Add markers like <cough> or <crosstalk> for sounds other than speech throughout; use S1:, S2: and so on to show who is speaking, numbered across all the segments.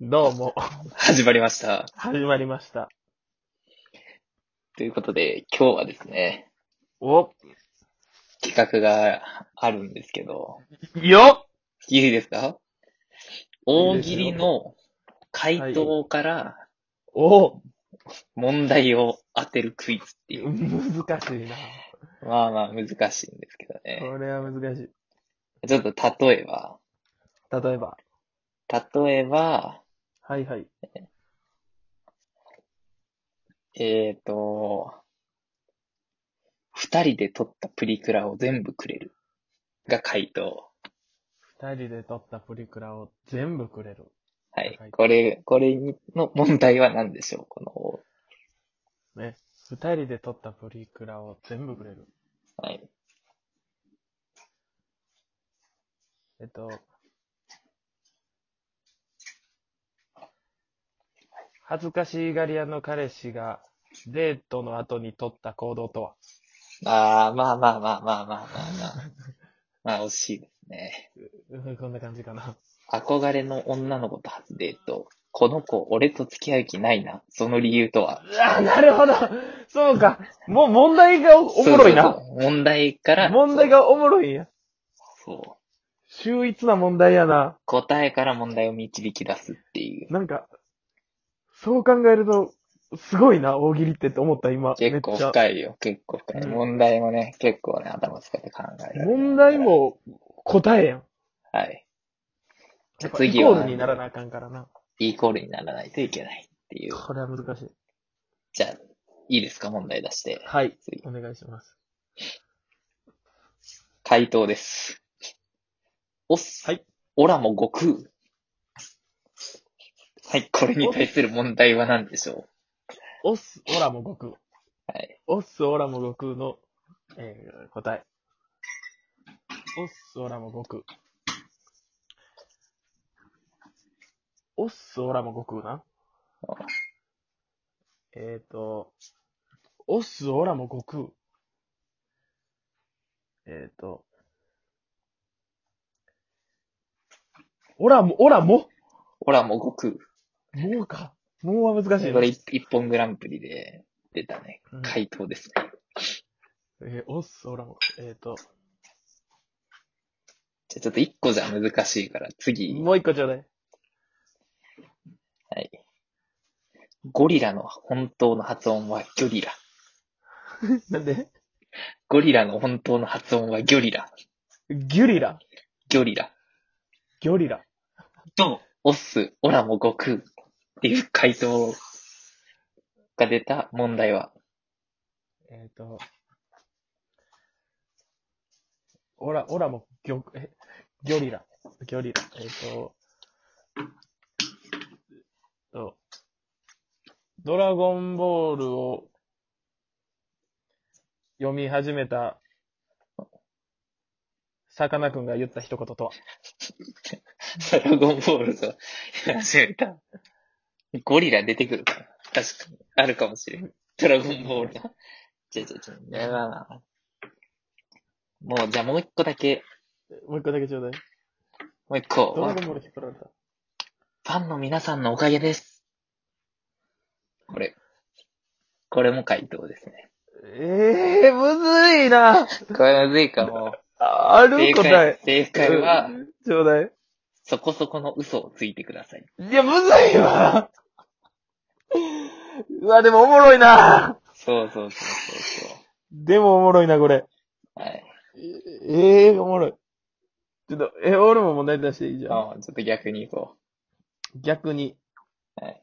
S1: どうも、 <laughs>
S2: 始まりました。
S1: 始まりました。
S2: ということで、今日はですね、
S1: お、
S2: 企画があるんですけど、
S1: よっ
S2: いいですか
S1: い
S2: 大
S1: いです
S2: 喜
S1: よ
S2: 利の回答から
S1: お
S2: 問題を当てるクイズっていう。
S1: 難しいな。
S2: まあまあ難しいんですけどね。
S1: これは難しい。
S2: ちょっと例えば、
S1: 例えば、
S2: 例えば、
S1: はいはい。
S2: えっ、と、二人で撮ったプリクラを全部くれる。が回答。
S1: 二人で撮ったプリクラを全部くれる。
S2: はい
S1: はい。
S2: これ、これにの問題は何でしょうこの
S1: ね。二人で撮ったプリクラを全部くれる。
S2: はい。
S1: えっと、恥ずかしがり屋の彼氏がデートの後に撮った行動とは <laughs>
S2: ああ、まあまあまあまあまあまあまあ。まあ惜しいですね。
S1: うんこんな感じかな。
S2: 憧れの女の子と初デート。この子、俺と付き合う気ないな。その理由とは。
S1: あ、なるほど。そうか。もう問題がおおもろい
S2: そう
S1: な
S2: そ。うそう問題 <laughs> から、
S1: 問題がおもろいんや。
S2: そう。
S1: 秀逸な問題やな。
S2: 答えから問題を導き出すっていう。
S1: なんか、そう考えると、すごいな、大喜利ってって思った、今。
S2: 結構
S1: めっちゃ。
S2: 深いよ。結構深い。
S1: うん
S2: 問題もね、結構ね、頭使って考えられる。
S1: 問題。も答えやん。
S2: はい。じ
S1: やっ
S2: ゃあ
S1: ぱイ
S2: 次
S1: コ
S2: は、
S1: ールにならなあかんからな。
S2: イコールにならないといけないっていう。
S1: これは難しい。
S2: じゃあ、いいですか問題出して。
S1: はい。
S2: 次
S1: お願いします。
S2: 回答です。おっす。
S1: はい。
S2: オラも悟空。はい、これに対する問題は何でしょ
S1: オス、オラも悟
S2: うはい。
S1: 空。オス、オラも悟空の、えー、答え。オス、オラも悟空。オス、オラも悟空な。えーと、オス、オラも悟空。えーと、オラも、オラも、
S2: オラも悟空。
S1: もうか。もうは難しいな。
S2: これ一一本グランプリで出たね
S1: うん。
S2: 回答ですね。
S1: えー、オス、オラも、えーと、
S2: じゃあちょっと一個じゃ難しいから、次。
S1: もう一個ちょうだい。
S2: はい。ゴリラの本当の発音はギョリラ。
S1: なんで
S2: ゴリラの本当の発音はギョリラ。
S1: ギュリラ。
S2: ギョリラ。
S1: ギョリラ。
S2: と、オス、オラも悟空っていう回答が出た問題は、
S1: えっ、と、オラ、オラもギョ、え、ギョリラ。ギョリラ。えっ、と、と、ドラゴンボールを読み始めた、さかなクンが言った一言とは。
S2: ドラゴンボールと始めた。ゴリラ出てくるかな確かに。あるかもしれん。ドラゴンボールだ。ちょちょちょ、まあまあまあもう、じゃあもう一個だけ、
S1: もう一個だけちょうだい。
S2: もう一
S1: ド
S2: 個。
S1: ラゴン
S2: フ
S1: ボール引っ張られた。
S2: ァンの皆さんのおかげです。これ。これも回答ですね。
S1: ええー、むずいな。
S2: これむずいかも。
S1: あある
S2: 正
S1: 答え
S2: 解、。正解は、
S1: ちょうだい。
S2: そこそこの嘘をついてください。
S1: いや、むずいわ。うわ、でもおもろいな。
S2: そうそうそうそうそ
S1: でもおもろいな、これ。
S2: う。はい。
S1: ええー、おもろい。ちょっと、え、俺も問題出していいじゃん。
S2: あちょっと逆にいこ
S1: 逆に。
S2: う。はい。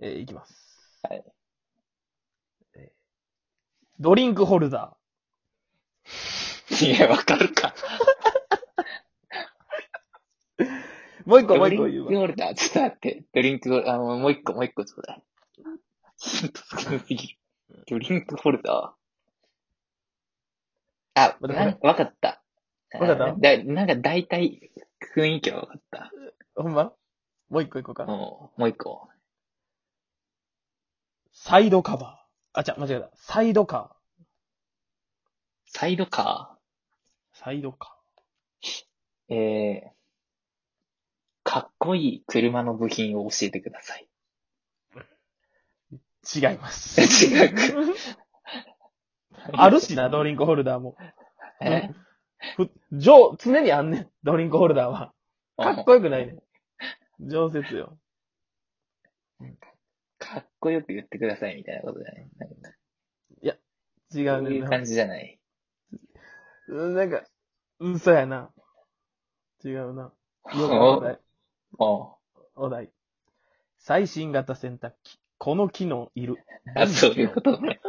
S1: えーいきます。
S2: はい。
S1: えードリンクホルダ
S2: いや、わかるか。
S1: ー。もう一個、も
S2: ド
S1: う
S2: リ
S1: 一
S2: ンク
S1: 個言うわ。
S2: ホルダー、ちょっと待って。ドリンクホルダー、あのもう一個、もう一個ちょうだい。ヒント少なすぎる。ドリンクホルダー。あ、
S1: まだ
S2: なんわかった。
S1: わかった
S2: あだなんか大体、雰囲気はわかった。
S1: ほんまもう一個行こうか。
S2: もう、もう一個。
S1: サイドカバー。あ、ちゃ、間違えた。サイドカ
S2: サイドカ
S1: ー。サイドカ
S2: ー。えー、かっこいい車の部品を教えてください。
S1: 違います。
S2: 違う。
S1: <laughs> <laughs> あるしな、ドリンクホルダーも。
S2: え
S1: ふ上、常にあんねん、ドリンクホルダーは。かっこよくないねん。常設よ。
S2: かっこよく言ってくださいみたいなことじゃない。なんか
S1: 違う
S2: そうい
S1: ねん
S2: う
S1: な。
S2: 感じじゃない。
S1: うんなんか、嘘やな。違うな。よくお
S2: お
S1: 題。
S2: お
S1: お題。最新型洗濯機。この機能
S2: <laughs>
S1: いる。
S2: あ、そういうことね。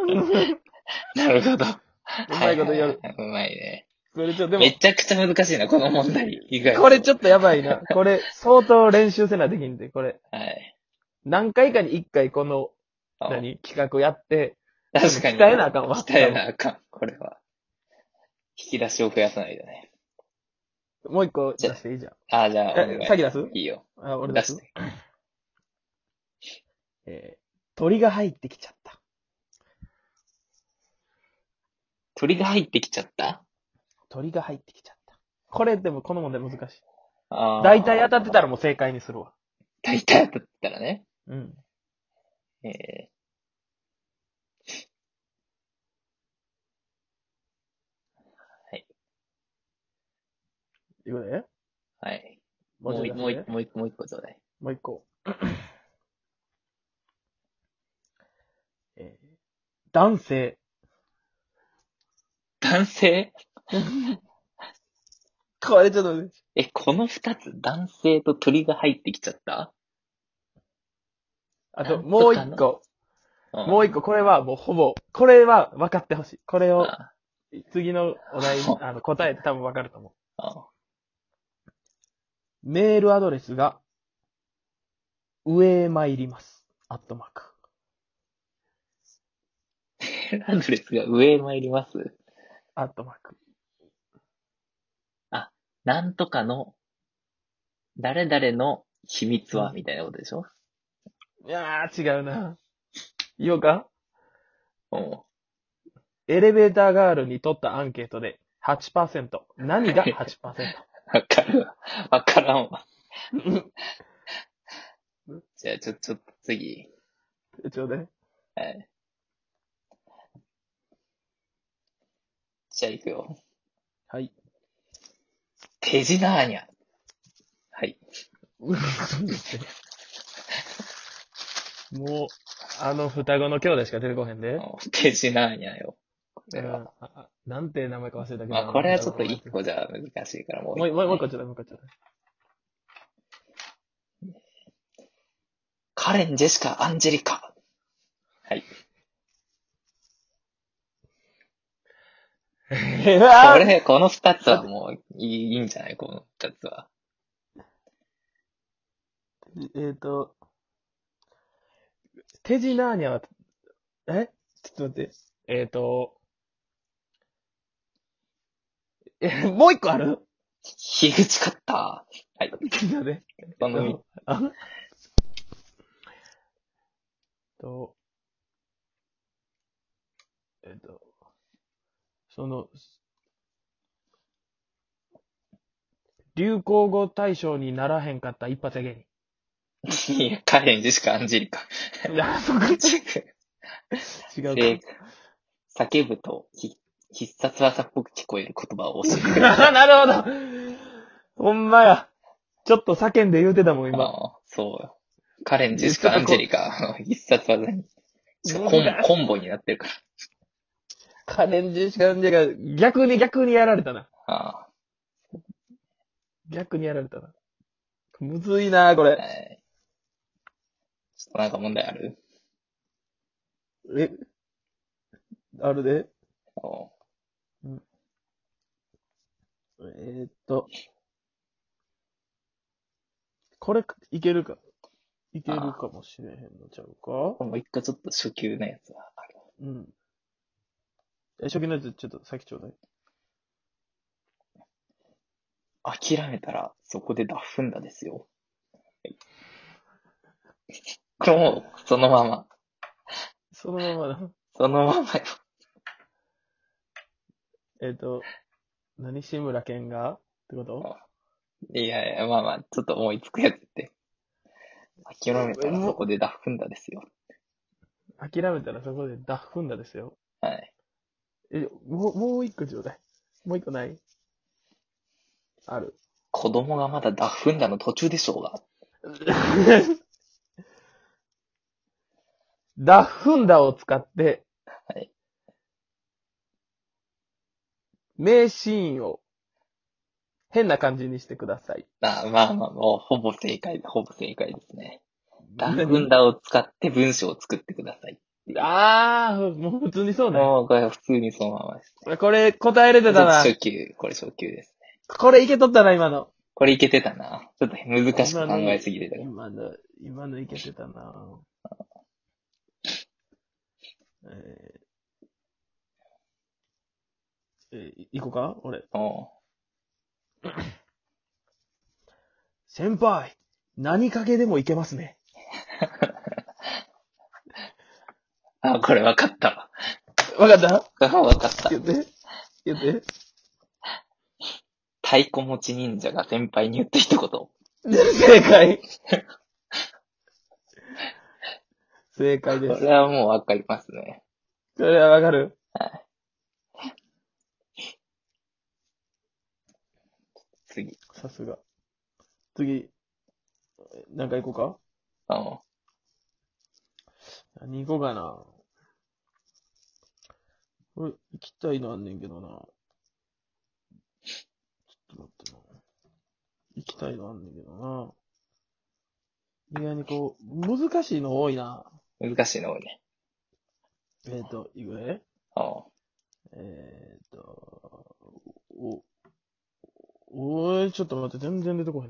S1: <laughs>
S2: なるほど。う
S1: うまいこと言う。
S2: うまいね。
S1: これちょっと、でも
S2: め、ちゃくちゃ難しいな、この
S1: <laughs>
S2: 問題。意外と
S1: これちょっとやばいな。これ、相当練習せなできんで、これ。
S2: はい。
S1: 何回かに一回この、
S2: お
S1: 何、企画やって、
S2: 確かに。
S1: 鍛えなあかんわ
S2: 鍛えなあかん、これは。引き出しを増やさないとね。
S1: もう一個出していいじゃん。
S2: あ、じゃあ、お願
S1: え
S2: い。
S1: 先出す
S2: いいよ。
S1: あ、俺
S2: 出
S1: 出
S2: し
S1: す。
S2: て。
S1: えー鳥が入ってきちゃった。
S2: 鳥が入ってきちゃった
S1: 鳥が入ってきちゃった。これでも、この問題難しい。
S2: あー
S1: 大体当たってたらもう正解にするわ。
S2: 大体当たったらね。
S1: うん。
S2: ええ
S1: いくで
S2: はい。
S1: も
S2: も
S1: う
S2: う
S1: 一
S2: 一
S1: 個
S2: 個、もう一個、もう一個、もう一個ちょうだい。
S1: もう一個。えー男性。
S2: 男性
S1: これちょっと待って、
S2: え、この二つ、男性と鳥が入ってきちゃった、
S1: あと、もう
S2: そっ
S1: 一
S2: か
S1: 個。もう一個、これはもうほぼ、これは分かってほしい。これ
S2: 個
S1: を、次のお題、あの、答え多分分かると思う。メールアドレスが、上へ参ります。アットマーク。
S2: メールアドレスが上へ参ります。
S1: アットマーク。
S2: なんとかの、誰々の秘密は、みたいなことでしょ
S1: いやー、違うな。言おうか
S2: うん。
S1: エレベーターガールに取ったアンケートで8%。何 <laughs> が 8%?
S2: わかるわ。わからんわ。 <laughs> じゃあ、ちょ、ちょっと次。
S1: ちょうだい。
S2: はい。じゃあ、行くよ。
S1: はい。 <laughs>
S2: 手品アーニャ。はい。
S1: もう、あの双子の兄弟しか出てこへんで。
S2: うん手品アーニャよ。これは。
S1: うんあなんて名前か忘れたけど。
S2: まあ、これはちょっと一個じゃ難しいから、もう
S1: もう、もう、もう一個
S2: 個。
S1: ちょうだい、もう一個ち <laughs> ょうだい。
S2: カレン、ジェシカ、アンジェリカ。はい。
S1: えわ
S2: これ、この二つはもういいいいんじゃないこの二つは。
S1: えっ、と、手品には、えちょっと待って。えっ、と、え、もう一個ある
S2: 樋口カッター。はい。
S1: ちょっと待って
S2: この三
S1: あと、えっと、その、流行語大賞にならへんかった一発芸 <laughs>
S2: つ。いや、カレン、ジェシカ、アンジェリカ。
S1: 人。あ、そこ違う
S2: で、叫ぶと、ひ必殺技っぽく聞こえる言葉を教えてくれる。
S1: か。 <laughs> なるほど。ほんまや。ちょっと叫んで言うてたもん、今。
S2: ああそうよ。カレン、ジェシカ、アンジェリカ。 <laughs> 必殺技に。しかもコン
S1: 難しい
S2: コンボになってるか
S1: カレンジしかんじゃが、逆に逆にやられたな。
S2: ら。あ
S1: 逆にやられたな。むずいな、こ
S2: あは
S1: れ。
S2: い。ちょっとなんか問題ある
S1: え、あるで。
S2: お
S1: えーっと。これ、いけるか。いけるかもしれへんのちゃうか
S2: もう一個ちょっと初級なやつはある。
S1: うん。え、初期のやつ、ちょっと先ちょうだい。
S2: 諦めたら、そこでダフんだですよ。これもう、そのまま。
S1: そのままな。
S2: そのままよ。
S1: えっ、と、何志村けんがってこと
S2: いやいや、まあまあ、ちょっと思いつくやつって。諦めたらそこでダフんだですよ。
S1: 諦めたらそこでダフんだですよ。
S2: はい。
S1: え、もう、もう一個ちょうだい。もう一個ないある。 <laughs>
S2: 子供がまだダフんだの途中でしょうが。
S1: ダフンダを使って、
S2: はい
S1: 名シーンを変な感じにしてください。
S2: ああまあまあ、もうほぼ正解、ほぼ正解ですね。ダフンだを使って文章を作ってください。
S1: あー、もう普通にそうだよ。
S2: もうこれは普通にそのままです。
S1: これ答えれてたな。
S2: 初級、これ初級ですね。
S1: これいけとったな、今の。
S2: これいけてたな。ちょっと難しく考えすぎてたけど。
S1: 今の、今のいけてたなえー、えー、いいこうか俺。
S2: お
S1: 先輩、何かけでもいけますね。
S2: あ、これ分かったわ。
S1: わかった
S2: あ分かった。
S1: 言って。言って。
S2: 太鼓持ち忍者が先輩に言った一言。
S1: 正解。正解で
S2: こ
S1: す。
S2: れはもう分かりますね。
S1: それはわかる
S2: 次。
S1: さすが。次、なんか行こ
S2: お
S1: うか何行こうかな。これ、行きたいのあんねんけどな。ちょっと待ってな。行きたいのあんねんけどな。意外にこう、難しいの多いな。
S2: 難しいの多いね。
S1: えっ、ー、と、いくえ
S2: お
S1: えーっと、お、おえ、ちょっと待って、全然出てこへん。